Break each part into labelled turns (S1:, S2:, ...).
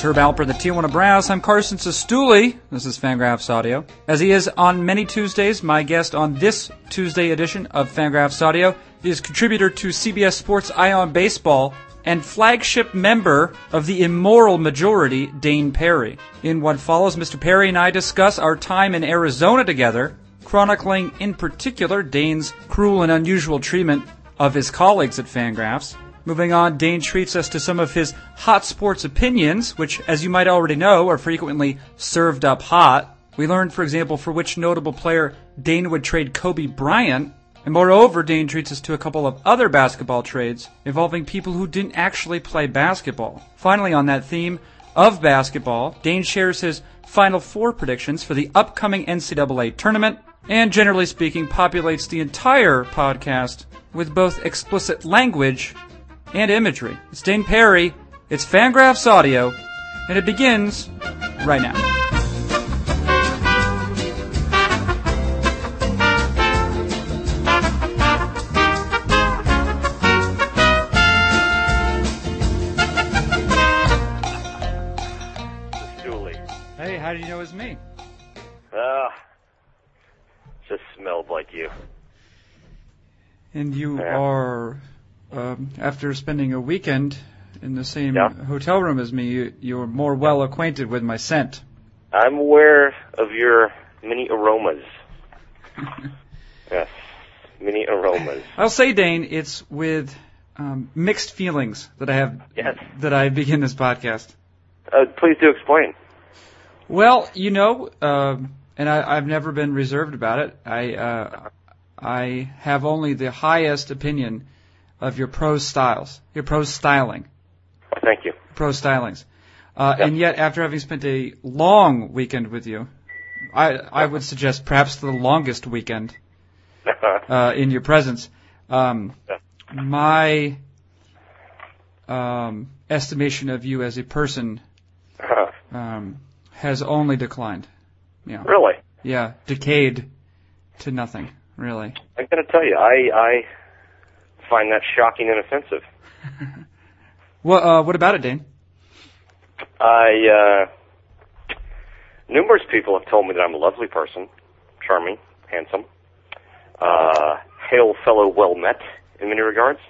S1: Herb Alper, the Tijuana Brass. I'm Carson Sestouli. This is Fangraphs Audio. As he is on many Tuesdays, my guest on this Tuesday edition of Fangraphs Audio is contributor to CBS Sports Ion Baseball and flagship member of the immoral majority, Dane Perry. In what follows, Mr. Perry and I discuss our time in Arizona together, chronicling in particular Dane's cruel and unusual treatment of his colleagues at Fangraphs. Moving on, Dane treats us to some of his hot sports opinions, which, as you might already know, are frequently served up hot. We learned, for example, for which notable player Dane would trade Kobe Bryant. And moreover, Dane treats us to a couple of other basketball trades involving people who didn't actually play basketball. Finally, on that theme of basketball, Dane shares his Final Four predictions for the upcoming NCAA tournament, and generally speaking, populates the entire podcast with both explicit language and imagery. It's Dane Perry, it's Fangraphs Audio, and it begins right now.
S2: Stooley.
S1: Hey, how do you know it was me?
S2: Ah, just smelled like you.
S1: And you
S2: Yeah.
S1: are, um, after spending a weekend in the same
S2: Yeah.
S1: hotel room as me, you, you're more well acquainted with my scent.
S2: I'm aware of your many aromas. yes, many aromas.
S1: I'll say, Dane, it's with um, mixed feelings that I have
S2: Yes.
S1: that I begin this podcast.
S2: Uh, please do explain.
S1: Well, you know, um, and I, I've never been reserved about it. I uh, I have only the highest opinion of your prose styles, your prose styling,
S2: Oh, thank you.
S1: prose stylings. Uh,
S2: Yeah.
S1: And yet, after having spent a long weekend with you, I I would suggest perhaps the longest weekend uh, in your presence, um,
S2: Yeah.
S1: my um, estimation of you as a person
S2: Uh,
S1: um, has only declined. Yeah.
S2: really,
S1: Yeah, decayed to nothing, really.
S2: I gotta tell you, I I find that shocking and offensive.
S1: What uh, what about it, Dane?
S2: I uh, numerous people have told me that I'm a lovely person, charming, handsome, uh, hail fellow, well met in many regards.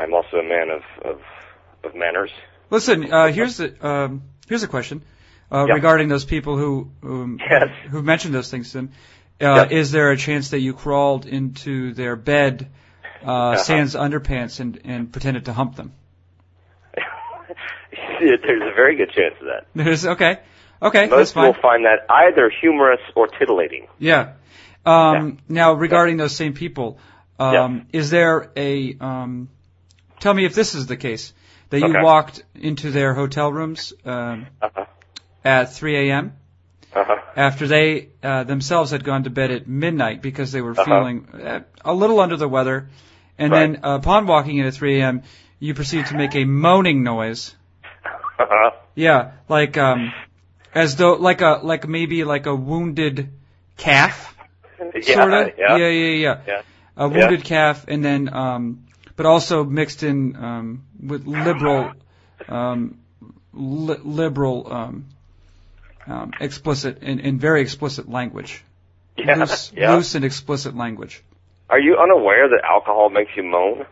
S2: I'm also a man of of, of manners.
S1: Listen, uh, here's the um, here's a question uh,
S2: Yeah.
S1: regarding those people who um,
S2: Yes.
S1: who mentioned those things to them. Uh,
S2: Yeah.
S1: Is there a chance that you crawled into their bed, uh,
S2: Uh-huh.
S1: sans underpants, and, and pretended to hump them?
S2: There's a very good chance of that.
S1: There's okay, okay, that's
S2: Most
S1: fine.
S2: people find that either humorous or titillating.
S1: Yeah. Um, Now, regarding those same people, um, is there a? Um, tell me if this is the case that you
S2: Okay.
S1: walked into their hotel rooms um,
S2: Uh-huh.
S1: at 3 a.m.
S2: Uh-huh.
S1: after they uh, themselves had gone to bed at midnight because they were
S2: Uh-huh.
S1: feeling uh, a little under the weather, and
S2: Right.
S1: then upon walking in at 3 a.m., you proceed to make a moaning noise.
S2: Uh-huh.
S1: Yeah, like um, as though like a like maybe like a wounded calf
S2: Yeah,
S1: sort of.
S2: yeah.
S1: yeah, yeah,
S2: Yeah.
S1: A wounded calf, and then, um, but also mixed in um, with liberal, um, li- liberal, um, um, explicit and, and very explicit language.
S2: Yeah,
S1: Loose,
S2: yeah.
S1: loose and explicit language.
S2: Are you unaware that alcohol makes you moan?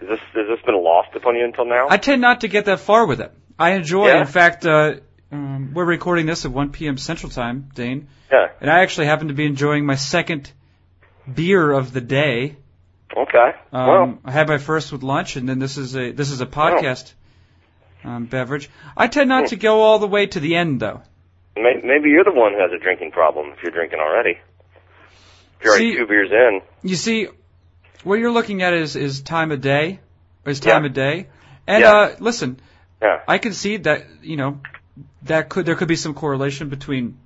S2: Is this has this been lost upon you until now?
S1: I tend not to get that far with it. I enjoy.
S2: Yeah.
S1: In fact, uh, um, we're recording this at 1 p.m. Central Time, Dane,
S2: yeah.
S1: and I actually happen to be enjoying my second beer of the day.
S2: Okay.
S1: Um,
S2: well,
S1: I had my first with lunch, and then this is a this is a podcast um, beverage. I tend not to go all the way to the end, though.
S2: may, maybe you're the one who has a drinking problem if you're drinking already. If you're
S1: See-
S2: already two beers in.
S1: You see, what you're looking at is is time of day, is time
S2: Yeah.
S1: of day, and
S2: Yeah.
S1: uh, listen,
S2: Yeah.
S1: I concede that you know that could there could be some correlation between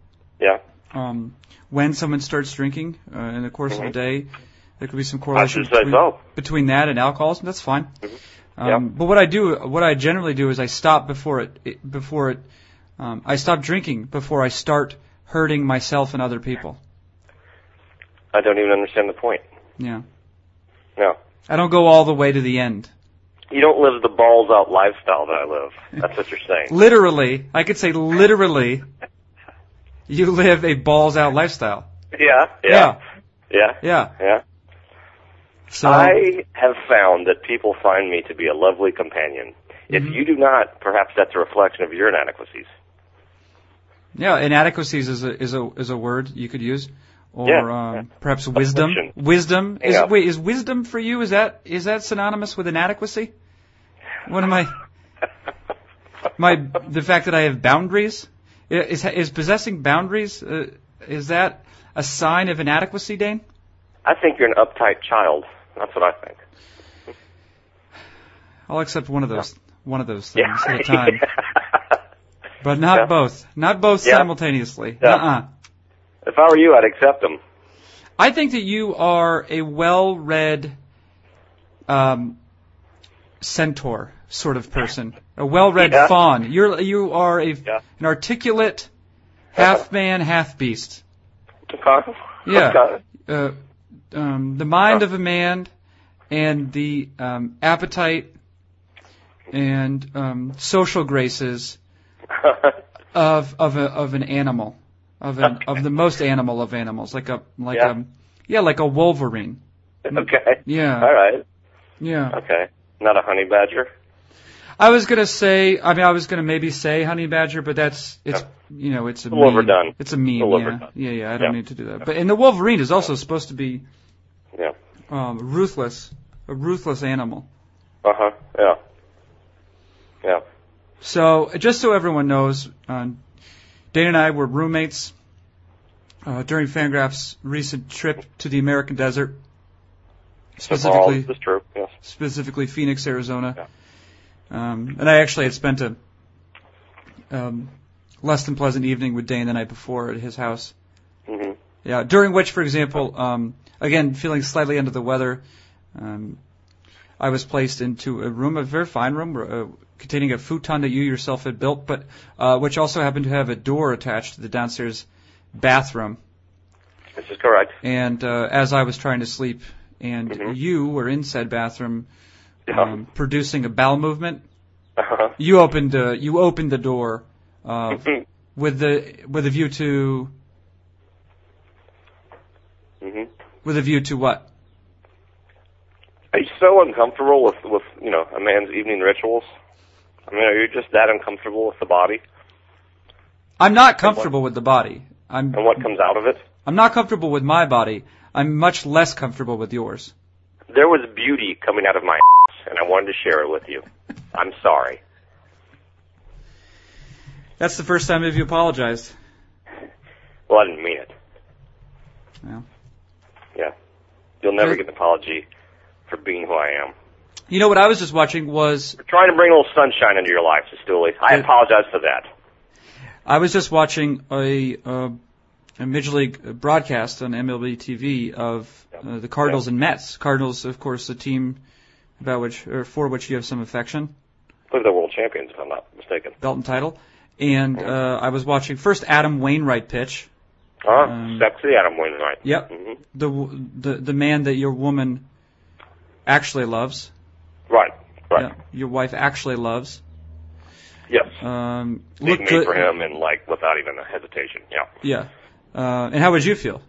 S2: Yeah.
S1: um, when someone starts drinking uh, in the course of
S2: Mhm.
S1: the day. There could be some
S2: I
S1: correlation
S2: should say
S1: between,
S2: so.
S1: between that and alcoholism. That's fine. Um,
S2: Mm-hmm. Yeah.
S1: But what I do, what I generally do, is I stop before it, it before it, um, I stop drinking before I start hurting myself and other people.
S2: I don't even understand the point.
S1: Yeah,
S2: No.
S1: I don't go all the way to the end.
S2: You don't live the balls out lifestyle that I live. That's what you're saying.
S1: Literally, I could say literally, you live a balls out lifestyle.
S2: Yeah, yeah, yeah,
S1: Yeah.
S2: yeah.
S1: So
S2: I have found that people find me to be a lovely companion. If
S1: Mm-hmm.
S2: you do not, perhaps that's a reflection of your inadequacies.
S1: yeah, inadequacies is a is a is a word you could use, or
S2: Yeah,
S1: um,
S2: yeah.
S1: perhaps wisdom.
S2: Affliction.
S1: Wisdom
S2: Hang
S1: is
S2: up.
S1: wait is wisdom for you? Is that is that synonymous with inadequacy? What am I? My the fact that I have boundaries I- is is possessing boundaries uh, is that a sign of inadequacy, Dane?
S2: I think you're an uptight child. That's what I think.
S1: I'll accept one of those one of those
S2: Yeah.
S1: things at a time, but not
S2: Yeah.
S1: both, not both
S2: Yeah.
S1: simultaneously.
S2: Yeah.
S1: Uh-uh.
S2: if I were you, I'd accept them.
S1: I think that you are a well-read um, centaur sort of person, a well-read
S2: Yeah.
S1: fawn. You're you are a
S2: Yeah. Uh-huh.
S1: an articulate half man, half beast.
S2: Okay.
S1: Yeah.
S2: Okay.
S1: Uh, um, the mind of
S2: Uh-huh.
S1: a man and the um, appetite and um, social graces of of a, of an animal, of an, of the most animal of animals, like a like
S2: Yeah.
S1: a yeah like a wolverine. Mm.
S2: okay.
S1: Yeah.
S2: All right.
S1: Yeah.
S2: Okay. Not a honey badger.
S1: I was gonna say. I mean, I was gonna maybe say honey badger, but that's it's you know it's a
S2: little
S1: meme.
S2: overdone.
S1: It's a meme.
S2: A little
S1: yeah.
S2: overdone.
S1: yeah, yeah. I don't
S2: Yeah.
S1: need to do that. But and the Wolverine is also supposed to be
S2: Yeah.
S1: um, ruthless, a ruthless animal.
S2: Uh huh. Yeah. Yeah.
S1: So just so everyone knows, uh, Dane and I were roommates uh, during Fangraph's recent trip to the American desert,
S2: All
S1: specifically
S2: this is true. Yes.
S1: specifically Phoenix, Arizona. Um, and I actually had spent a um, less than pleasant evening with Dane the night before at his house.
S2: hmm
S1: Yeah, during which, for example, um, again feeling slightly under the weather, um, I was placed into a room, a very fine room, uh, containing a futon that you yourself had built, but uh, which also happened to have a door attached to the downstairs bathroom
S2: This is correct.
S1: and uh, as I was trying to sleep, and
S2: Mhm.
S1: you were in said bathroom,
S2: Yeah.
S1: um, producing a bowel movement.
S2: Uh-huh.
S1: You opened uh, you opened the door uh, with the with a view to
S2: hmm
S1: with a view to what?
S2: Are you so uncomfortable with with you know a man's evening rituals? I mean, are you just that uncomfortable with the body
S1: I'm not comfortable with the body. I'm
S2: and what comes out of it?
S1: I'm not comfortable with my body. I'm much less comfortable with yours.
S2: There was beauty coming out of my ass, and I wanted to share it with you. I'm sorry.
S1: That's the first time you apologized.
S2: Well, I didn't mean it.
S1: Yeah.
S2: Yeah. You'll never
S1: There-
S2: get an apology for being who I am.
S1: You know what I was just watching was
S2: We're trying to bring a little sunshine into your life, Sestouli. I
S1: Yeah.
S2: apologize for that.
S1: I was just watching a, uh, a major league broadcast on MLB TV of uh, the Cardinals and Mets. Cardinals, of course, a team about which or for which you have some affection,
S2: I believe they're world champions, if I'm not mistaken.
S1: belt and title.
S2: Oh.
S1: And uh, I was watching first Adam Wainwright pitch.
S2: Huh?
S1: Um,
S2: Sexy Adam Wainwright.
S1: Yep,
S2: hmm
S1: the w- the the man that your woman actually loves.
S2: Right. Right.
S1: Yeah, your wife actually loves.
S2: Yes.
S1: Um,
S2: Big
S1: looked
S2: me
S1: good.
S2: for him, and like without even a hesitation. Yeah.
S1: Yeah. Uh, and how would you feel?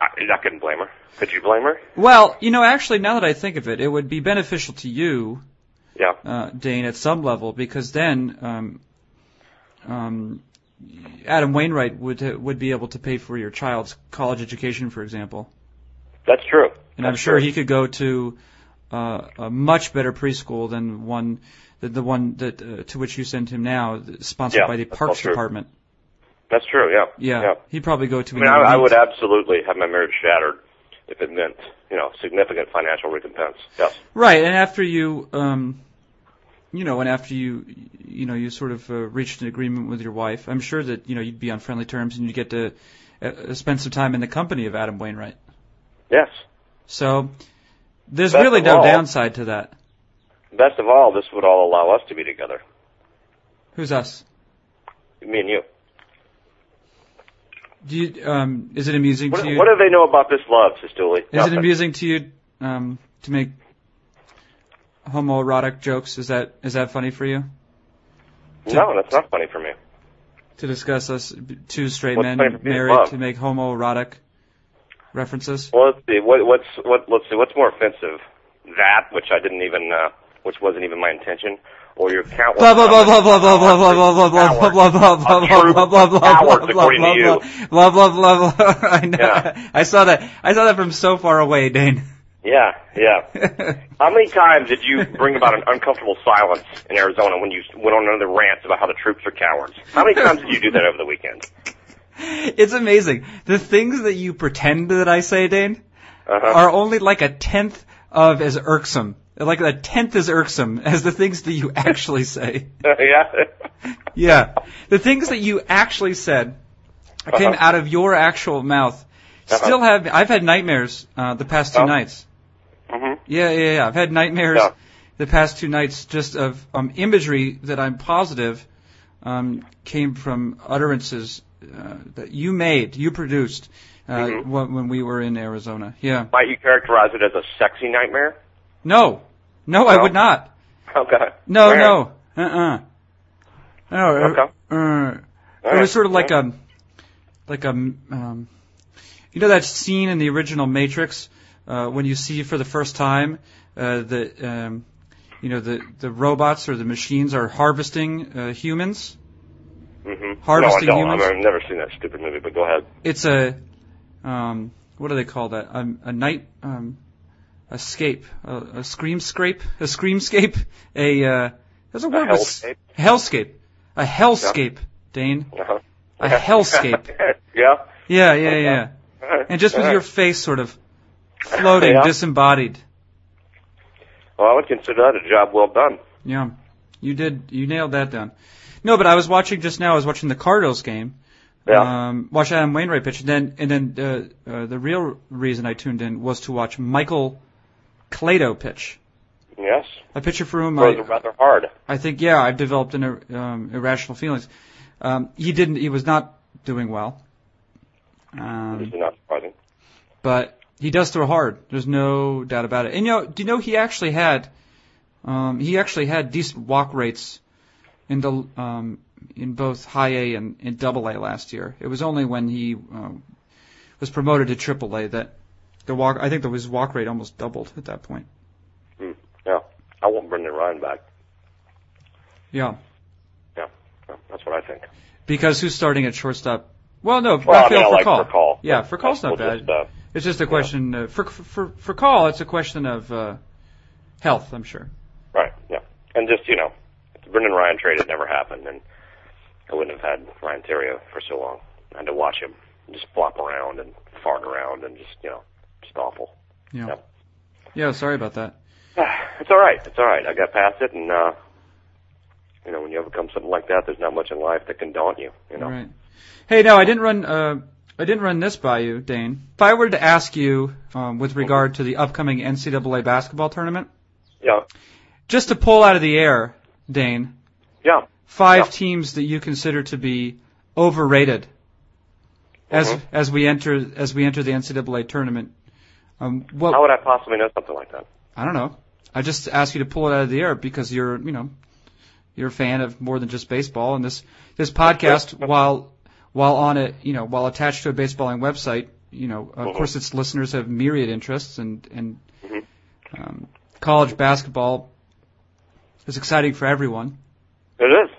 S2: I, I couldn't blame her. Could you blame her?
S1: Well, you know, actually, now that I think of it, it would be beneficial to you
S2: Yeah.
S1: uh, Dane at some level because then um, um, Adam Wainwright would would be able to pay for your child's college education, for example,
S2: That's true.
S1: and I'm
S2: That's
S1: sure
S2: true.
S1: he could go to uh, a much better preschool than one than the one that uh, to which you send him now, sponsored
S2: Yeah,
S1: by the
S2: that's all
S1: Parks
S2: true.
S1: Department.
S2: That's true. Yeah.
S1: Yeah,
S2: Yeah.
S1: he'd probably go to.
S2: I mean,
S1: another
S2: I, I
S1: meet.
S2: would absolutely have my marriage shattered if it meant, you know, significant financial recompense. Yes.
S1: Right, and after you, um, you know, and after you, you know, you sort of uh, reached an agreement with your wife, I'm sure that you know you'd be on friendly terms and you'd get to uh, spend some time in the company of Adam Wainwright.
S2: Yes.
S1: So there's
S2: Best
S1: really
S2: of
S1: no
S2: all-
S1: downside to that.
S2: Best of all, this would all allow us to be together.
S1: Who's us?
S2: Me and you.
S1: Do you, um, is it amusing
S2: What,
S1: to you?
S2: what do they know about this love, Sestouli?
S1: is it amusing to you um, to make homoerotic jokes. Is that is that funny for you?
S2: No, that's not funny for me.
S1: To discuss us b- two straight
S2: What's funny
S1: men
S2: for me is
S1: married
S2: love.
S1: to make homoerotic references?
S2: Well, let's see. What, what's what? Let's see. What's more offensive? That, which I didn't even, uh, which wasn't even my intention, or your countless
S1: blah blah blah blah
S2: comments
S1: blah blah blah blah blah blah
S2: about
S1: blah blah blah blah blah blah blah
S2: Cowards.
S1: blah
S2: Cowards,
S1: blah blah
S2: according to
S1: blah
S2: you.
S1: blah blah blah blah. I know.
S2: Yeah.
S1: I saw that. I saw that from so far away, Dane.
S2: Yeah, yeah. How many times did you bring about an uncomfortable silence in Arizona when you went on another rant about how the troops are cowards? How many times did you do that over the weekend?
S1: It's amazing the things that you pretend that I say, Dane,
S2: Uh-huh.
S1: are only like a tenth of as irksome, like a tenth as irksome as the things that you actually say.
S2: yeah.
S1: Yeah. The things that you actually said that came
S2: Uh-huh.
S1: out of your actual mouth. Still have I've had nightmares uh, the past 2
S2: Oh.
S1: nights.
S2: Mhm.
S1: Yeah, yeah, yeah. I've had nightmares
S2: Yeah.
S1: the past two nights just of um, imagery that I'm positive um, came from utterances uh, that you made, you produced uh,
S2: Mhm.
S1: when, when we were in Arizona. Yeah.
S2: Might you characterize it as a sexy nightmare?
S1: No, no, I
S2: No?
S1: would not.
S2: Okay.
S1: No,
S2: All right.
S1: no. Uh, uh No. uh,
S2: Okay.
S1: Uh,
S2: All
S1: it
S2: right.
S1: was sort of like
S2: All
S1: a, like a, um, you know that scene in the original Matrix uh, when you see for the first time uh, the, um, you know the the robots or the machines are harvesting uh, humans.
S2: Mhm.
S1: harvesting
S2: no, I don't.
S1: humans?
S2: I've never seen that stupid movie, but go ahead.
S1: It's a, um, what do they call that? A, a night, um, escape, a, a scream scrape, a screamscape, a uh, there's a word with s-
S2: hellscape?
S1: hellscape, a hellscape, Dane,
S2: Uh-huh.
S1: a hellscape.
S2: yeah.
S1: Yeah, yeah, yeah.
S2: All right.
S1: And just with
S2: All
S1: your
S2: right.
S1: face sort of floating,
S2: Yeah.
S1: disembodied.
S2: Well, I would consider that a job well done.
S1: Yeah, you did. You nailed that down. No, but I was watching just now. I was watching the Cardinals game.
S2: Yeah.
S1: Um, watch Adam Wainwright pitch, and then and then uh, uh, the real reason I tuned in was to watch Michael Clato pitch.
S2: yes.
S1: A pitcher for whom
S2: Throws
S1: I,
S2: it rather hard.
S1: I think yeah I've developed an ir- um, irrational feelings. Um, he didn't. He was not doing well.
S2: This
S1: Um,
S2: is not surprising.
S1: but he does throw hard. There's no doubt about it. And you know, do you know he actually had, um, he actually had decent walk rates in the um, in both high A and in double A last year. It was only when he um, was promoted to triple A that the walk. I think the his walk rate almost doubled at that point.
S2: Hmm. Yeah. I want Brendan Ryan back.
S1: Yeah,
S2: Yeah, That's what I think.
S1: because who's starting at shortstop? Well, no,
S2: Well, I mean,
S1: Rafael
S2: I like
S1: Furcal.
S2: Furcal.
S1: Yeah, Furcal's not
S2: We'll
S1: bad.
S2: just, uh,
S1: It's just a question uh, for for for call. It's a question of uh, health, I'm sure.
S2: right. Yeah. And just you know, if the Brendan Ryan trade had never happened, then I wouldn't have had Ryan Terrio for so long. I had to watch him just flop around and fart around and just you know, just awful.
S1: Yeah.
S2: Yep.
S1: Yeah, sorry about that.
S2: it's all right. It's all right. I got past it, and uh, you know, when you overcome something like that, there's not much in life that can daunt you. You know.
S1: Right. Hey, no, I didn't run. Uh, I didn't run this by you, Dane. If I were to ask you, um, with regard to the upcoming NCAA basketball tournament,
S2: Yeah.
S1: just to pull out of the air, Dane,
S2: Yeah.
S1: five
S2: Yeah.
S1: teams that you consider to be overrated as
S2: Mhm.
S1: as we enter as we enter the NCAA tournament. Um, what
S2: How would I possibly know something like that?
S1: I don't know. I just asked you to pull it out of the air because you're, you know, you're a fan of more than just baseball. And this this podcast, while while on a, you know, while attached to a baseballing website, you know, of
S2: Mhm.
S1: course its listeners have myriad interests, and and
S2: Mhm.
S1: um, college basketball is exciting for everyone.
S2: It is.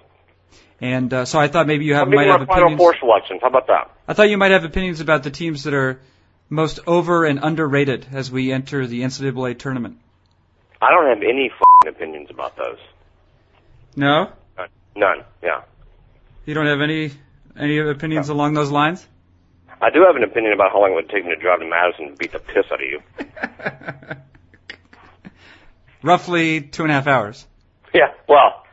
S1: And uh, so I thought maybe you have
S2: I'm making
S1: might have
S2: our Final
S1: opinions.
S2: Four selections. How about that?
S1: I thought you might have opinions about the teams that are most over and underrated as we enter the NCAA tournament.
S2: I don't have any f***ing opinions about those.
S1: No,
S2: None. None. Yeah.
S1: You don't have any any opinions along those lines?
S2: I do have an opinion about how long it would take me to drive to Madison and beat the piss out of you.
S1: Roughly two and a half hours.
S2: Yeah. Well,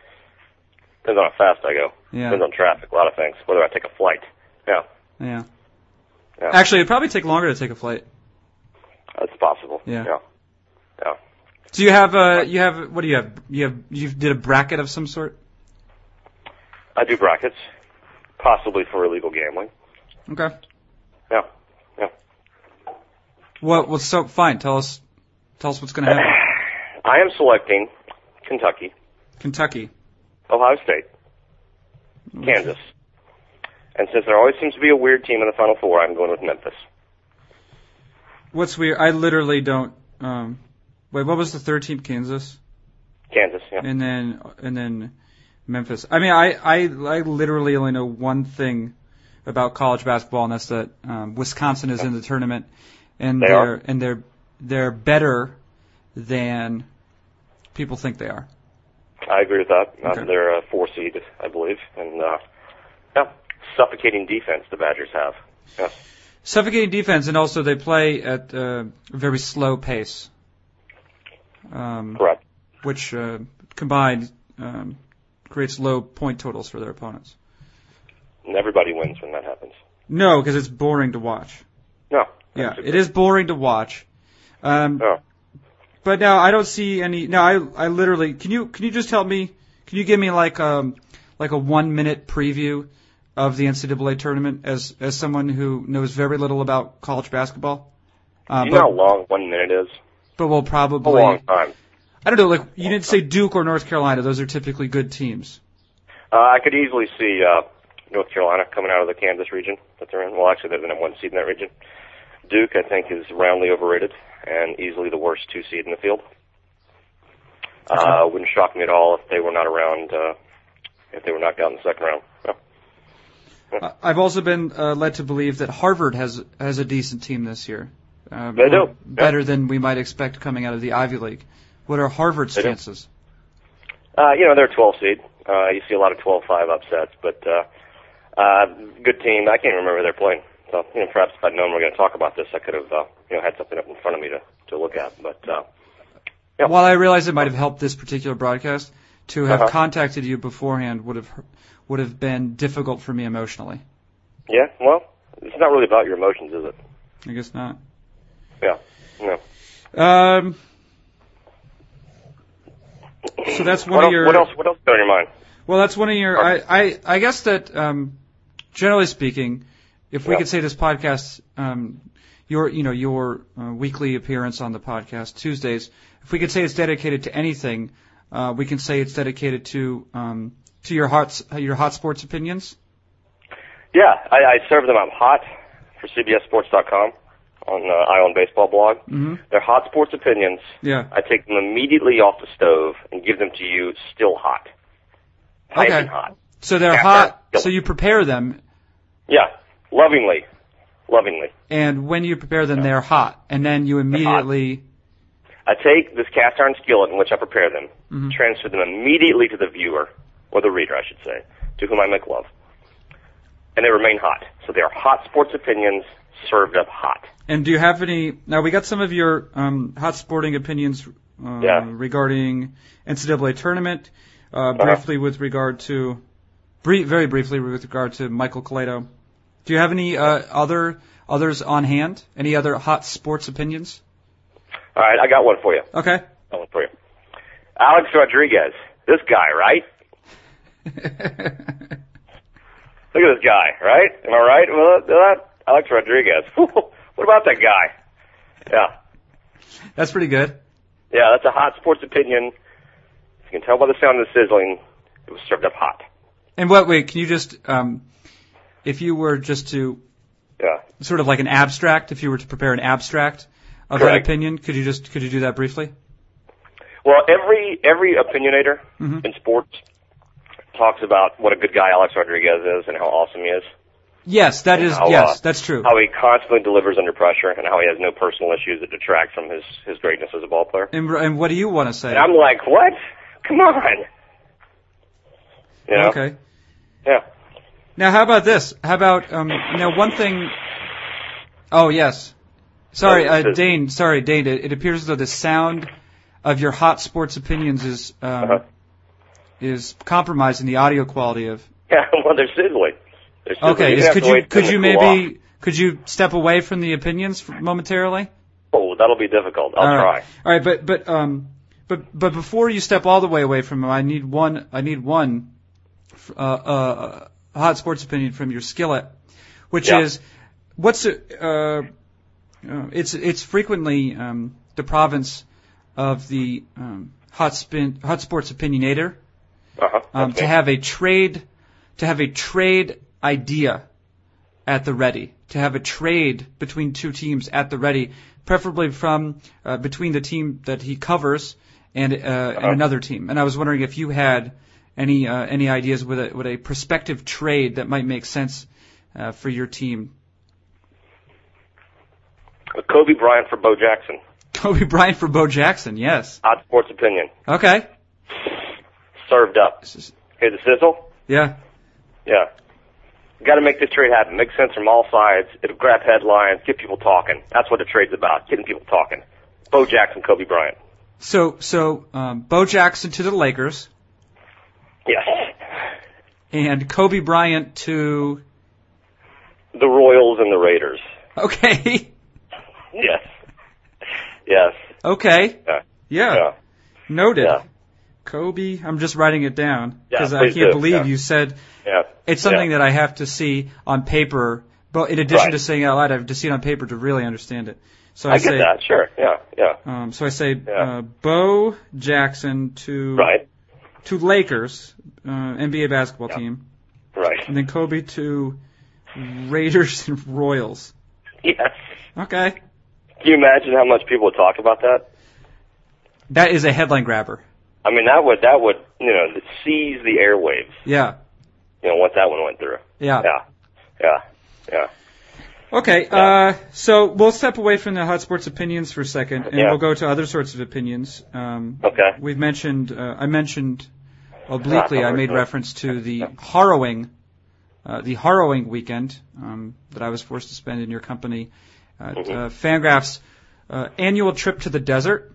S2: depends on how fast I go. Depends
S1: Yeah.
S2: on traffic, a lot of things. Whether I take a flight. Yeah.
S1: Yeah.
S2: Yeah.
S1: Actually, it'd probably take longer to take a flight.
S2: That's possible.
S1: Yeah.
S2: Yeah.
S1: Do you have uh you have what do you have? You have you did a bracket of some sort?
S2: I do brackets, possibly for illegal gambling.
S1: Okay.
S2: Yeah. Yeah.
S1: Well, well so fine. Tell us tell us what's going to happen.
S2: I am selecting Kentucky,
S1: Kentucky.
S2: Ohio State, Kansas. And since there always seems to be a weird team in the Final Four, I'm going with Memphis.
S1: What's weird? I literally don't. Um, wait, what was the third team? Kansas,
S2: Kansas, yeah.
S1: and then and then Memphis. I mean, I I, I literally only know one thing about college basketball, and that's that um, Wisconsin is in the tournament, and
S2: They
S1: are
S2: are.
S1: and they're they're better than people think they are.
S2: I agree with that. Uh,
S1: Okay.
S2: They're a four seed, I believe. And, uh, yeah, suffocating defense the Badgers have. Yeah.
S1: suffocating defense, and also they play at uh, a very slow pace, um,
S2: Correct.
S1: which uh, combined um, creates low point totals for their opponents.
S2: And everybody wins when that happens.
S1: No, because it's boring to watch.
S2: No.
S1: Yeah,
S2: That's a-
S1: it is boring to watch. Um,
S2: Oh.
S1: But now I don't see any. No, I I literally can you can you just help me? Can you give me like um like a one minute preview of the NCAA tournament as as someone who knows very little about college basketball? Uh,
S2: you
S1: but,
S2: know how long one minute is?
S1: but we'll
S2: A
S1: probably
S2: long time.
S1: I don't know. Like you didn't say Duke or North Carolina; those are typically good teams.
S2: Uh, I could easily see uh, North Carolina coming out of the Kansas region that they're in. Well, actually, they're the number one seed in that region. Duke, I think, is roundly overrated and easily the worst two seed in the field. Uh, wouldn't shock me at all if they were not around, uh, if they were knocked out in the second round. Yeah.
S1: I- I've also been uh, led to believe that Harvard has has a decent team this year. Um,
S2: They do.
S1: or better than we might expect coming out of the Ivy League. What are Harvard's
S2: They do.
S1: chances?
S2: Uh, you know, they're a 12 seed. Uh, you see a lot of 12-5 upsets, but uh, uh, good team. I can't remember they're playing. So, you know, perhaps if I'd known we were going to talk about this, I could have, uh, you know, had something up in front of me to, to look at. But uh, Yeah.
S1: While I realize it might have helped this particular broadcast, to have
S2: Uh-huh.
S1: contacted you beforehand would have would have been difficult for me emotionally.
S2: yeah, well, it's not really about your emotions, is it?
S1: I guess not.
S2: Yeah. No.
S1: Um, so that's one
S2: What
S1: of
S2: else,
S1: your.
S2: what else? What else is on your mind?
S1: Well, that's one of your. I,
S2: Pardon?
S1: I, I guess that um, generally speaking, if we
S2: Yeah.
S1: could say this podcast, um, your you know your uh, weekly appearance on the podcast Tuesdays, if we could say it's dedicated to anything, uh, we can say it's dedicated to um, to your hot your hot sports opinions.
S2: Yeah, I, I serve them on Hot for CBSSports.com on uh, Ion Baseball blog.
S1: Mm-hmm.
S2: They're hot sports opinions.
S1: Yeah.
S2: I take them immediately off the stove and give them to you still hot, piping
S1: Okay.
S2: hot.
S1: So they're
S2: Yeah,
S1: hot.
S2: yeah.
S1: So you prepare them,
S2: Yeah, lovingly, lovingly.
S1: and when you prepare them, they're hot, and then you immediately.
S2: I take this cast iron skillet in which I prepare them,
S1: Mhm.
S2: transfer them immediately to the viewer or the reader, I should say, to whom I make love, and they remain hot. So they are hot sports opinions served up hot.
S1: And do you have any? Now we got some of your um, hot sporting opinions uh,
S2: Yeah.
S1: regarding NCAA tournament. Uh,
S2: Uh-huh.
S1: briefly, with regard to, brief, very briefly with regard to Michael Coleto. Do you have any uh, other others on hand? Any other hot sports opinions?
S2: All right, I got one for you.
S1: Okay.
S2: Got one for you. Alex Rodriguez, this guy, right? Look at this guy, right? Am I right? Well, that Alex Rodriguez. what about that guy? Yeah.
S1: That's pretty good.
S2: Yeah, that's a hot sports opinion. If you can tell by the sound of the sizzling, it was served up hot.
S1: And what? Wait, can you just, um, if you were just to
S2: Yeah.
S1: sort of like an abstract, if you were to prepare an abstract of that
S2: Correct.
S1: opinion, could you just could you do that briefly?
S2: Well, every every opinionator
S1: Mhm.
S2: in sports talks about what a good guy Alex Rodriguez is and how awesome he is,
S1: Yes, that is.
S2: I'll,
S1: Yes,
S2: uh,
S1: that's true.
S2: how he constantly delivers under pressure, and how he has no personal issues that detract from his his greatness as a ball player.
S1: And, and what do you want to say?
S2: And I'm like, what? Come on. You know?
S1: Okay.
S2: Yeah.
S1: Now, how about this? How about um, now one thing? Oh yes. Sorry,
S2: Sorry,
S1: uh,
S2: this is-
S1: Dane. Sorry, Dane. It, it appears as though the sound of your hot sports opinions is um,
S2: Uh-huh.
S1: is compromising the audio quality of.
S2: Yeah. Well, they're sizzling. They're sizzling.
S1: Okay.
S2: You're gonna
S1: Is,
S2: have
S1: could
S2: to
S1: you
S2: wait for
S1: could
S2: them
S1: you
S2: to cool off.
S1: maybe could you step away from the opinions f- momentarily?
S2: Oh, that'll be difficult. I'll
S1: all
S2: try.
S1: right. All right, but but um, but but before you step all the way away from him, I need one. I need one. f- Uh, uh, hot sports opinion from your skillet, which
S2: Yeah.
S1: is what's a- uh, uh, it's it's frequently um the province of the um Hot, Spin, Hot Sports Opinionator,
S2: Uh-huh.
S1: um,
S2: That's
S1: to
S2: me.
S1: have a trade to have a trade idea at the ready, to have a trade between two teams at the ready, preferably from uh, between the team that he covers and, uh, and another team. And I was wondering if you had any uh, any ideas with a with a prospective trade that might make sense uh, for your team.
S2: Kobe Bryant for Bo Jackson.
S1: Kobe Bryant for Bo Jackson, yes.
S2: Odd sports opinion.
S1: Okay.
S2: Served up.
S1: This is-
S2: Hear the sizzle?
S1: yeah.
S2: Yeah. Got to make this trade happen. Make sense from all sides. It'll grab headlines, get people talking. That's what the trade's about, getting people talking. Bo Jackson, Kobe Bryant.
S1: So so um, Bo Jackson to the Lakers
S2: Yes.
S1: and Kobe Bryant to
S2: The Royals and the Raiders.
S1: okay.
S2: Yes. Yes.
S1: Okay.
S2: Yeah.
S1: Yeah.
S2: Yeah.
S1: Noted.
S2: Yeah.
S1: Kobe, I'm just writing it down
S2: Yeah,
S1: because I
S2: please
S1: can't
S2: do,
S1: believe
S2: yeah.
S1: you said
S2: Yeah.
S1: it's something that I have to see on paper. But in addition
S2: Right.
S1: to saying it out loud, I have to see it on paper to really understand it. So I,
S2: I get
S1: say,
S2: that. Sure. Yeah. Yeah.
S1: Um, so I say,
S2: Yeah.
S1: uh, Bo Jackson to
S2: Right.
S1: to Lakers uh, NBA basketball
S2: Yeah.
S1: team,
S2: Right.
S1: and then Kobe to Raiders and Royals.
S2: Yes.
S1: Okay,
S2: Can you imagine how much people would talk about that?
S1: that is a headline grabber.
S2: I mean, that would that would you know seize the airwaves.
S1: Yeah,
S2: You know, once that one went through.
S1: yeah.
S2: Yeah. Yeah. Yeah.
S1: Okay, uh, so we'll step away from the hot sports opinions for a second, and
S2: Yeah.
S1: we'll go to other sorts of opinions. Um,
S2: Okay.
S1: We've mentioned, uh, I mentioned obliquely, I made
S2: Yeah.
S1: reference to the harrowing, uh, the harrowing weekend um, that I was forced to spend in your company at
S2: Mhm.
S1: uh, Fangraph's uh, annual trip to the desert.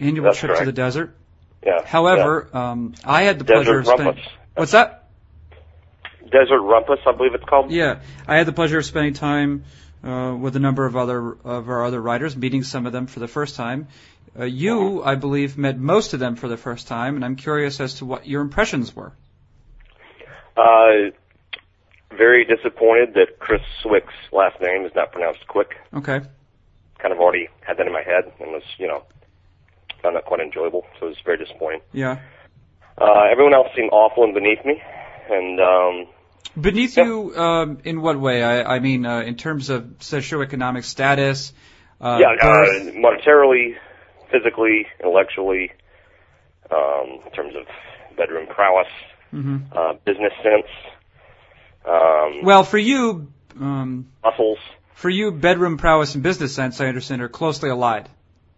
S1: Annual
S2: That's
S1: trip to
S2: correct.
S1: the desert.
S2: Yeah.
S1: However, um, I had the
S2: Desert
S1: pleasure of spending.
S2: Rumpus.
S1: What's that?
S2: yeah. Desert Rumpus, I believe it's called.
S1: Yeah, I had the pleasure of spending time uh, with a number of other of our other writers, meeting some of them for the first time. Uh, you, I believe, met most of them for the first time, and I'm curious as to what your impressions were.
S2: Uh, very disappointed that Chris Swick's last name is not pronounced quick.
S1: Okay,
S2: Kind of already had that in my head and was, you know, found that quite enjoyable. So it was very disappointing.
S1: yeah.
S2: Uh, everyone else seemed awful and beneath me. And, um,
S1: Beneath
S2: Yeah.
S1: you, um, in what way? I, I mean, uh, in terms of socioeconomic status. Uh,
S2: yeah,
S1: birth?
S2: uh, monetarily, physically, intellectually, um, in terms of bedroom prowess,
S1: Mhm.
S2: uh, business sense, um,
S1: Well, for you, um,
S2: muscles.
S1: for you, bedroom prowess and business sense, I understand, are closely allied,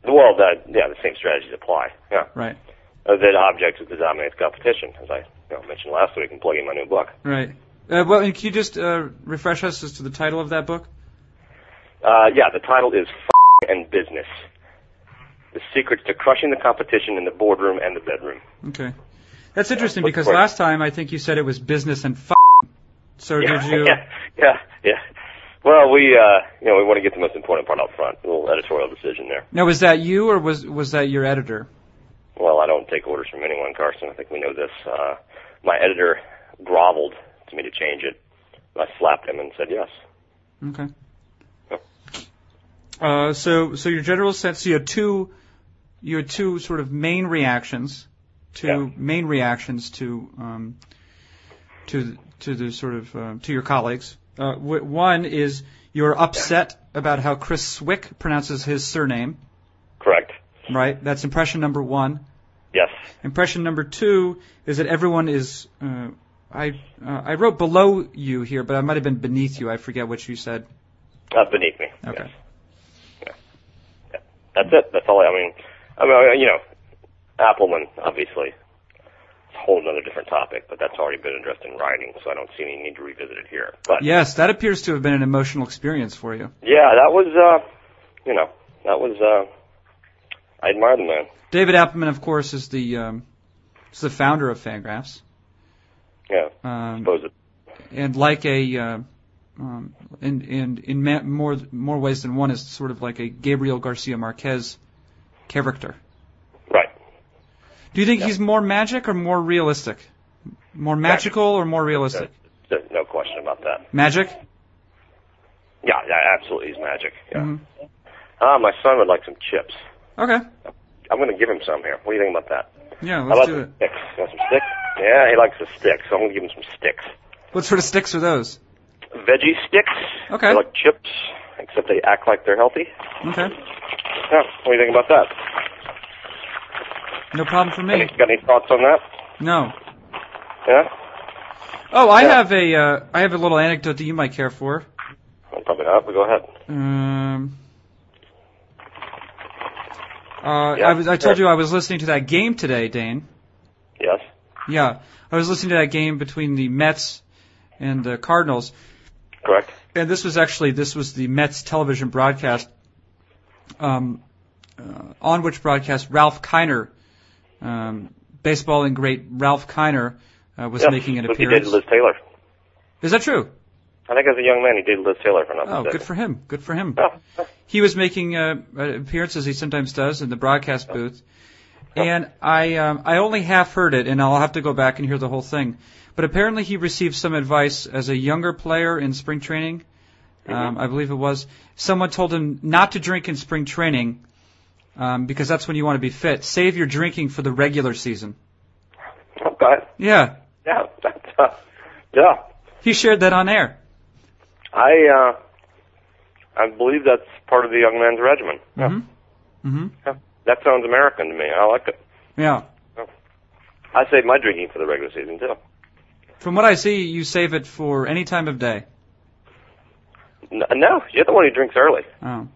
S2: Well, that, yeah, the same strategies apply. Yeah.
S1: right?
S2: uh, that object is to dominate competition, as I you know, mentioned last week in plugging my new book.
S1: Right. Uh, well, and can you just uh, refresh us as to the title of that book?
S2: Uh, yeah, the title is F- and Business. The secrets to crushing the competition in the boardroom and the bedroom.
S1: Okay. That's interesting
S2: but-
S1: because
S2: but-
S1: last time I think you said it was business and f- So did you?
S2: yeah, yeah, yeah. Well, we, uh, you know, we want to get the most important part up front. A little editorial decision there.
S1: Now was that you or was was that your editor?
S2: Well, I don't take orders from anyone, Carson. I think we know this. Uh, my editor groveled to me to change it. I slapped him and said yes.
S1: Okay. Uh, so so your general sense so you had two you had two sort of main reactions to
S2: Yeah.
S1: main reactions to um, to to the sort of um, to your colleagues. Uh, w- one is you're upset about how Chris Swick pronounces his surname,
S2: Correct.
S1: right? That's impression number one.
S2: Yes.
S1: Impression number two is that everyone is. Uh, I uh, I wrote below you here, but I might have been beneath you. I forget what you said.
S2: Uh, beneath me.
S1: Okay.
S2: Yes. That's it. That's all. I, I mean, I mean, you know, Appleman, obviously, it's a whole other different topic, but that's already been addressed in writing, so I don't see any need to revisit it here. But
S1: Yes, that appears to have been an emotional experience for you,
S2: yeah, that was, uh, you know, that was. Uh, I admire the man.
S1: David Appleman. Of course, is the um, is the founder of Fangraphs,
S2: Yeah,
S1: um,
S2: suppose it.
S1: and like a uh, um, and and in ma- more more ways than one is sort of like a Gabriel Garcia Marquez character.
S2: Right.
S1: Do you think
S2: Yeah.
S1: he's more magic or more realistic? More magical or more realistic?
S2: There's no question about that.
S1: Magic.
S2: Yeah, yeah, absolutely, he's magic. Yeah.
S1: Mhm.
S2: Ah, my son would like some chips.
S1: Okay.
S2: I'm going to give him some here. What do you think about that?
S1: Yeah,
S2: I
S1: let's
S2: like
S1: do it.
S2: some sticks. Got some sticks? Yeah, he likes the sticks. So I'm gonna give him some sticks.
S1: What sort of sticks are those?
S2: Veggie sticks.
S1: Okay.
S2: They're like chips, except they act like they're healthy.
S1: Okay.
S2: Yeah. What do you think about that?
S1: No problem for
S2: Any,
S1: me.
S2: got any thoughts on that?
S1: No.
S2: Yeah.
S1: Oh, I
S2: Yeah.
S1: have a uh, I have a little anecdote that you might care for.
S2: Well, probably not. But go ahead.
S1: Um, uh,
S2: Yeah,
S1: I was I told
S2: sure.
S1: you I was listening to that game today, Dane.
S2: Yes.
S1: Yeah, I was listening to that game between the Mets and the Cardinals,
S2: Correct.
S1: and this was actually this was the Mets television broadcast, um, uh, on which broadcast Ralph Kiner, um, baseball and great Ralph Kiner, uh, was
S2: yeah.
S1: making an
S2: Look, he did
S1: appearance.
S2: Liz Taylor.
S1: Is that true?
S2: I think as a young man he did Liz Taylor for nothing.
S1: Oh, good for him. Good for him.
S2: Yeah. yeah.
S1: he was making uh, uh, appearances he sometimes does in the broadcast booth, and I um, I only half heard it, and I'll have to go back and hear the whole thing. But apparently, he received some advice as a younger player in spring training. Um, I believe it was someone told him not to drink in spring training um, because that's when you want to be fit. Save your drinking for the regular season.
S2: Okay.
S1: Yeah,
S2: Oh, Yeah. That's, uh, yeah.
S1: he shared that on air.
S2: I uh, I believe that's part of the young man's regimen. Yeah.
S1: Mhm. Mm-hmm.
S2: Yeah. That sounds American to me. I like it.
S1: Yeah.
S2: I save my drinking for the regular season too.
S1: From what I see, you save it for any time of day.
S2: N- No, you're the one who drinks early.
S1: Oh. You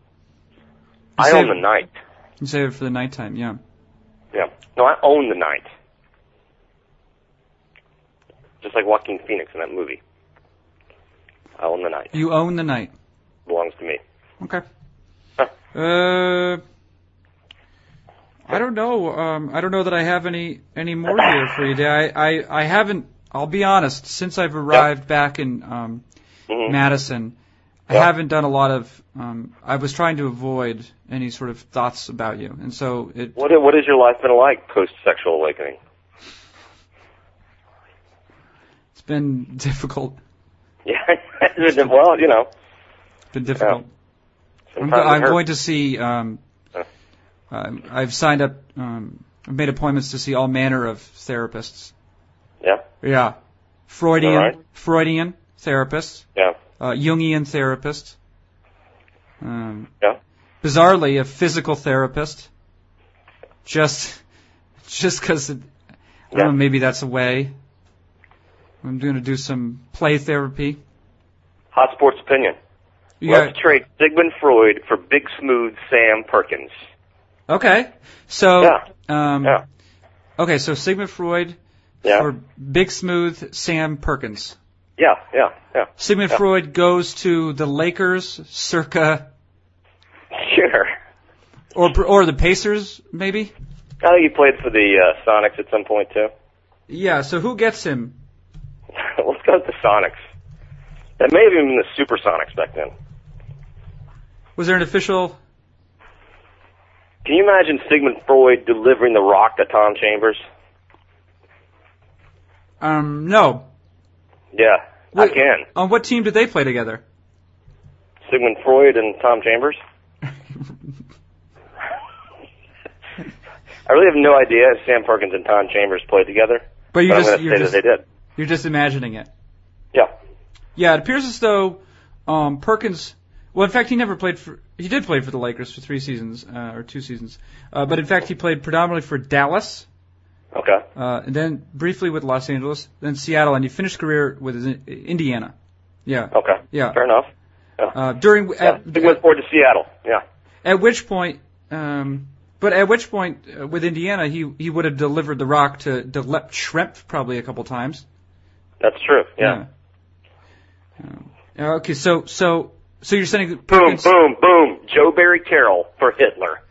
S2: I
S1: save,
S2: own the night.
S1: you save it for the nighttime. Yeah.
S2: Yeah. No, I own the night. Just like Joaquin Phoenix in that movie. I own the night.
S1: You own the night.
S2: It belongs to me.
S1: Okay.
S2: Huh.
S1: Uh, I don't know. Um, I don't know that I have any any more here for you. Dave. I, I I haven't. I'll be honest. Since I've arrived back in um,
S2: Mhm.
S1: Madison, I
S2: Yeah.
S1: haven't done a lot of. Um, I was trying to avoid any sort of thoughts about you, and so it.
S2: What What has your life been like post sexual awakening?
S1: It's been difficult.
S2: Yeah. well, you know.
S1: It's been difficult. I'm,
S2: Sometimes
S1: go-
S2: it
S1: I'm
S2: hurts.
S1: going to see. Um,
S2: Yeah.
S1: uh, I've signed up. Um, I've made appointments to see all manner of therapists.
S2: Yeah.
S1: Yeah. Freudian,
S2: All right.
S1: Freudian therapists,
S2: Yeah.
S1: uh, Jungian therapists. Um,
S2: Yeah.
S1: Bizarrely, a physical therapist. Just, just because. I don't
S2: Yeah.
S1: know. Maybe that's a way. I'm going to do some play therapy.
S2: Hot sports opinion.
S1: Yeah.
S2: Let's trade Sigmund Freud for Big Smooth Sam Perkins.
S1: Okay. So.
S2: Yeah.
S1: Um,
S2: Yeah.
S1: Okay. So Sigmund Freud
S2: Yeah.
S1: for Big Smooth Sam Perkins.
S2: Yeah, yeah, yeah.
S1: Sigmund
S2: Yeah.
S1: Freud goes to the Lakers circa
S2: Sure.
S1: or or the Pacers maybe.
S2: I think he played for the uh, Sonics at some point too.
S1: Yeah. So who gets him?
S2: Let's go with the Sonics. That may have even been the Supersonics back then.
S1: Was there an official?
S2: Can you imagine Sigmund Freud delivering the rock to Tom Chambers?
S1: Um, no.
S2: Yeah, I
S1: Wait.
S2: can.
S1: On what team did they play together?
S2: Sigmund Freud and Tom Chambers. I really have no idea if Sam Perkins and Tom Chambers played together,
S1: But you
S2: but I'm
S1: just
S2: going to
S1: you're
S2: say
S1: just
S2: that they did.
S1: you're just imagining it.
S2: Yeah.
S1: Yeah, it appears as though um, Perkins. Well, in fact, he never played for. He did play for the Lakers for three seasons uh, or two seasons, uh, but in fact, he played predominantly for Dallas,
S2: Okay.
S1: uh, and then briefly with Los Angeles, then Seattle, and he finished career with his- Indiana. Yeah,
S2: Okay.
S1: yeah.
S2: Fair enough.
S1: Uh, during
S2: Yeah.
S1: at,
S2: Sigmund Freud to Seattle. Yeah.
S1: At which point, um, but at which point uh, with Indiana, he he would have delivered the rock to to Lep Shrimp probably a couple times.
S2: That's true. Yeah.
S1: Yeah. Uh, okay, so so so you're saying
S2: Boom,
S1: Perkins?
S2: boom, boom. Joe Barry Carroll for Hitler.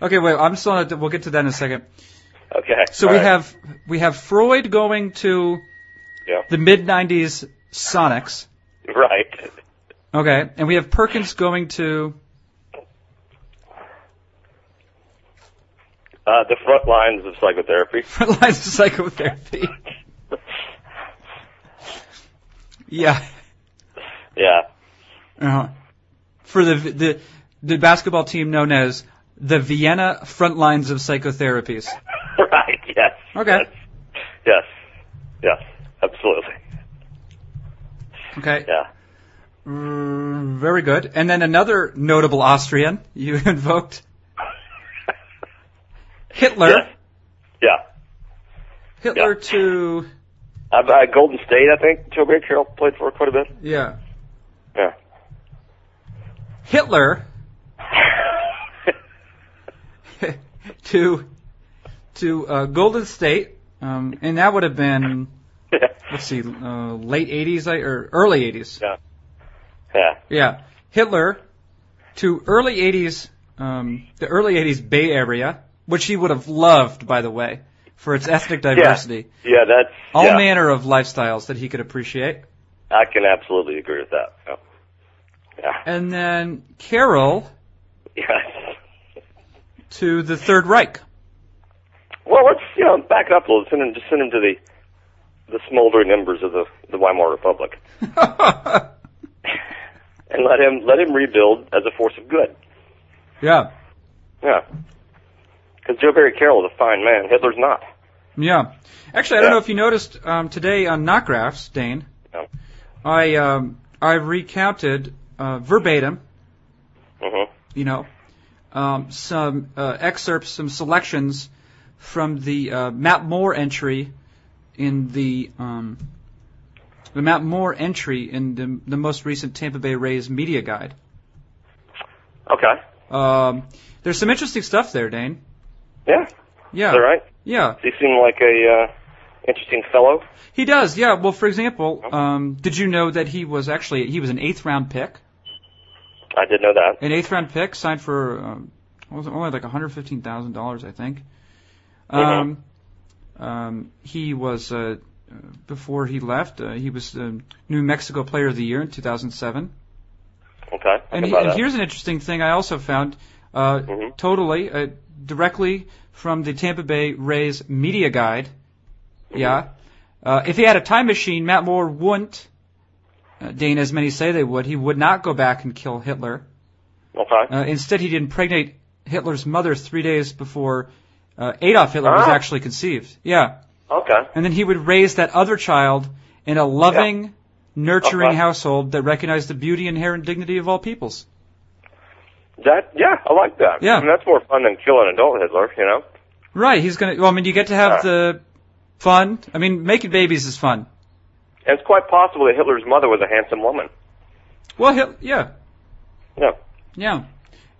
S1: okay, wait, I'm still not. We'll get to that in a second.
S2: Okay.
S1: So
S2: all
S1: we
S2: right.
S1: have we have Freud going to
S2: Yeah.
S1: the mid '90s Sonics.
S2: right.
S1: Okay, and we have Perkins going to
S2: Uh, the front lines of psychotherapy.
S1: front lines of psychotherapy. Yeah.
S2: yeah.
S1: Uh-huh. For the the the basketball team known as the Vienna front lines of psychotherapies.
S2: right. Yes.
S1: Okay.
S2: Yes. Yes. Absolutely.
S1: Okay.
S2: Yeah.
S1: Mm, Very good. And then another notable Austrian you invoked Hitler.
S2: Yes. Yeah.
S1: Hitler
S2: Yeah.
S1: to
S2: Uh, uh, Golden State, I think Joe Great Carroll played for quite a bit.
S1: yeah.
S2: Yeah.
S1: Hitler to to uh, Golden State, um, and that would have been
S2: yeah.
S1: let's see, uh, late '80s I- or early '80s.
S2: Yeah. Yeah.
S1: Yeah, Hitler to early '80s, um, the early '80s Bay Area, which he would have loved, by the way, for its ethnic diversity,
S2: Yeah. That's
S1: all
S2: yeah.
S1: manner of lifestyles that he could appreciate,
S2: I can absolutely agree with that. Yeah. Yeah.
S1: and then Carol
S2: Yes.
S1: to the Third Reich.
S2: Well, let's you know back up a little. Send him, just send him to the the smoldering embers of the the Weimar Republic, and let him let him rebuild as a force of good.
S1: yeah,
S2: Yeah, because Joe Barry Carroll is a fine man. Hitler's not.
S1: yeah. Actually, I don't
S2: Yeah.
S1: know if you noticed um, today on Not Graphs, Dane.
S2: No.
S1: I um, I recounted uh, verbatim,
S2: Mm-hmm.
S1: you know, um, some uh, excerpts, some selections from the uh, Matt Moore entry in the um, the Matt Moore entry in the, the most recent Tampa Bay Rays media guide.
S2: Okay.
S1: Um, there's some interesting stuff there, Dane.
S2: Yeah.
S1: Yeah,
S2: Is that right?
S1: yeah.
S2: He seemed like a uh, interesting fellow.
S1: He does, yeah. Well, for example, um, did you know that he was actually he was an eighth round pick,
S2: I did know that.
S1: an eighth round pick signed for um, what was it, only like one hundred fifteen thousand dollars, I think. Um, um, he was uh, uh, before he left, uh, he was um New Mexico Player of the Year in two thousand seven.
S2: Okay. I
S1: And,
S2: can
S1: he,
S2: buy
S1: and
S2: that.
S1: here's an interesting thing I also found, uh,
S2: Mhm.
S1: totally uh, directly from the Tampa Bay Rays media guide. Yeah, uh, if he had a time machine, Matt Moore wouldn't. Uh, Dane, as many say they would, he would not go back and kill Hitler.
S2: Okay.
S1: Uh, instead, he'd impregnate Hitler's mother three days before uh, Adolf Hitler was
S2: Ah.
S1: actually conceived. Yeah,
S2: okay.
S1: and then he would raise that other child in a loving, nurturing
S2: Okay.
S1: household that recognized the beauty and inherent dignity of all peoples.
S2: That yeah, I like that.
S1: Yeah.
S2: I mean, that's more fun than killing adult Hitler. You know.
S1: Right, he's gonna. Well, I mean, you get to have
S2: Yeah.
S1: the fun. I mean, making babies is fun.
S2: And it's quite possible that Hitler's mother was a handsome woman.
S1: Well, he'll, yeah,
S2: Yeah.
S1: yeah,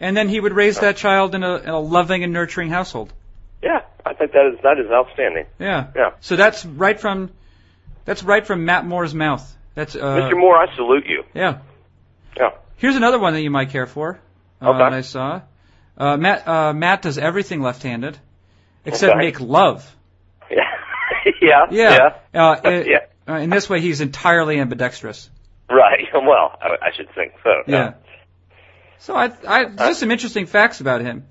S1: and then he would raise that child in a, in a loving and nurturing household.
S2: Yeah, I think that is that is outstanding.
S1: Yeah.
S2: Yeah.
S1: So that's right from, that's right from Matt Moore's mouth. That's uh,
S2: Mr. Moore, I salute you.
S1: yeah.
S2: Yeah.
S1: Here's another one that you might care for. Uh,
S2: Okay.
S1: that I saw. Uh, Matt uh, Matt does everything left-handed, except
S2: Okay.
S1: make love.
S2: Yeah. yeah.
S1: Yeah. Uh, it-
S2: Yeah.
S1: uh, in this way, he's entirely ambidextrous.
S2: Right. Well, I, I should think so.
S1: Yeah. So I, I
S2: Uh,
S1: there's some interesting facts about him.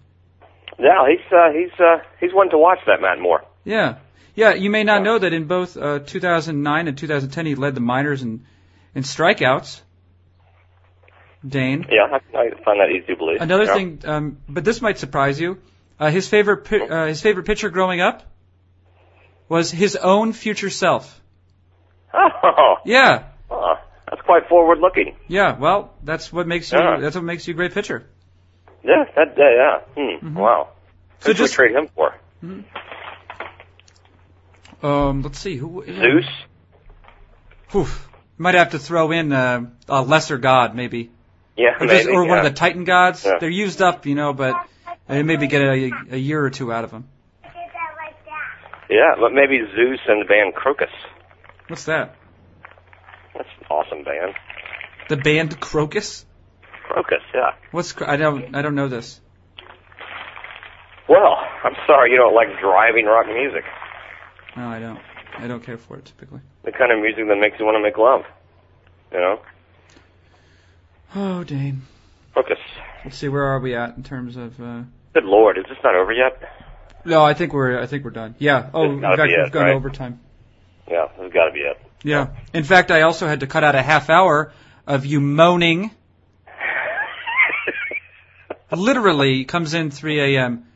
S2: Yeah, he's uh, he's uh, he's one to watch that Matt Moore.
S1: Yeah. Yeah, you may not
S2: Yeah.
S1: know that in both uh, 2009 and 2010 he led the minors in, in strikeouts. Dane.
S2: Yeah, I, I find that easy to believe.
S1: Another
S2: Yeah.
S1: thing, um, but this might surprise you. Uh, his favorite pi- uh, his favorite pitcher growing up was his own future self.
S2: Oh,
S1: Yeah,
S2: oh, that's quite forward looking.
S1: yeah. Well, that's what makes you
S2: Yeah.
S1: that's what makes you a great pitcher.
S2: Yeah. That. Yeah. yeah. Hmm. Wow.
S1: Mm-hmm. So
S2: Who should we
S1: just-
S2: trade him for?
S1: Um, let's see who.
S2: Zeus.
S1: Oof. Might have to throw in uh, a lesser god, maybe.
S2: Yeah.
S1: Or, just,
S2: maybe,
S1: or one of
S2: yeah.
S1: the Titan gods.
S2: Yeah.
S1: They're used up, you know, but uh, maybe get a, a year or two out of them.
S3: Did that like that.
S2: yeah, but maybe Zeus and Van Crocus.
S1: What's that?
S2: That's an awesome band.
S1: The band Crocus?
S2: Crocus. Yeah.
S1: What's Cro- I don't I don't know this.
S2: Well, I'm sorry you don't like driving rock music.
S1: No, I don't. I don't care for it typically.
S2: The kind of music that makes you want to make love. You know?
S1: Oh, Dane.
S2: Focus.
S1: Let's see where are we at in terms of uh
S2: Good lord, is this not over yet?
S1: No, I think we're I think we're done. Yeah. Oh, in
S2: It's gotta
S1: fact,
S2: be
S1: we've
S2: it,
S1: gone
S2: right?
S1: overtime.
S2: Yeah, this has gotta be it.
S1: Yeah. In fact, I also had to cut out a half hour of you moaning literally comes in 3 a.m.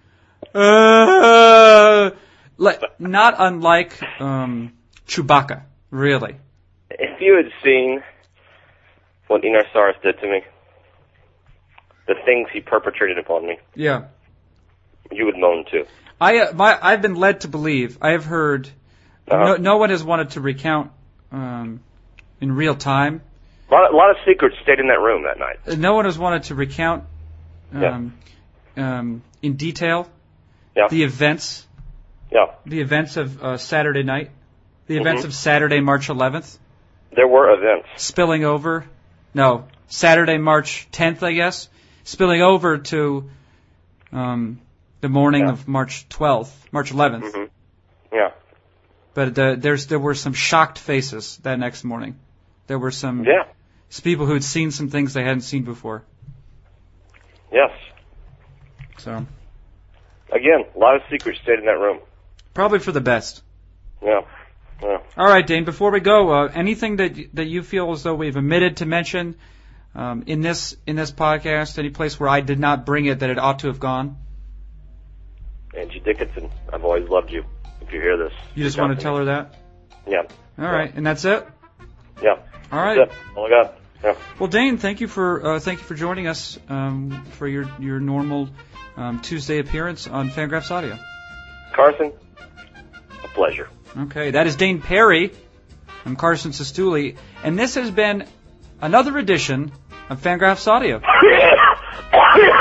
S1: Uh, like, not unlike um, Chewbacca, really.
S2: If you had seen what Enar Saris did to me, the things he perpetrated upon me,
S1: Yeah.
S2: you would moan too.
S1: I uh, my I've been led to believe I have heard no
S2: Uh-huh.
S1: no one has wanted to recount um, in real time.
S2: A lot, a lot of secrets stayed in that room that night.
S1: No one has wanted to recount
S2: Yeah.
S1: um, um, in detail
S2: Yeah.
S1: the events
S2: Yeah.
S1: the events of uh, Saturday night, the events
S2: Mhm.
S1: of Saturday March 11th
S2: There were events.
S1: spilling over. No, Saturday March 10th I guess spilling over to um, the morning
S2: Yeah.
S1: of March 12th, March 11th.
S2: hmm Yeah.
S1: But uh, there's there were some shocked faces that next morning. There were some
S2: Yeah.
S1: s- people who'd seen some things they hadn't seen before.
S2: Yes.
S1: So
S2: Again, a lot of secrets stayed in that room.
S1: probably for the best.
S2: Yeah. Yeah.
S1: All right, Dane. Before we go, uh, anything that y- that you feel as though we've omitted to mention um, in this in this podcast, any place where I did not bring it that it ought to have gone?
S2: Angie Dickinson, I've always loved you. If you hear this,
S1: You just
S2: reach out
S1: want to tell
S2: me.
S1: her that.
S2: Yeah.
S1: All right, and that's it.
S2: Yeah.
S1: All right.
S2: That's it. All I got. Yeah.
S1: Well, Dane, thank you for uh, thank you for joining us um, for your your normal um, Tuesday appearance on Fangraphs Audio.
S2: Carson, a pleasure.
S1: Okay, that is Dane Perry. I'm Carson Sestouli, and this has been another edition of Fangraphs Audio.
S2: Yeah. Oh,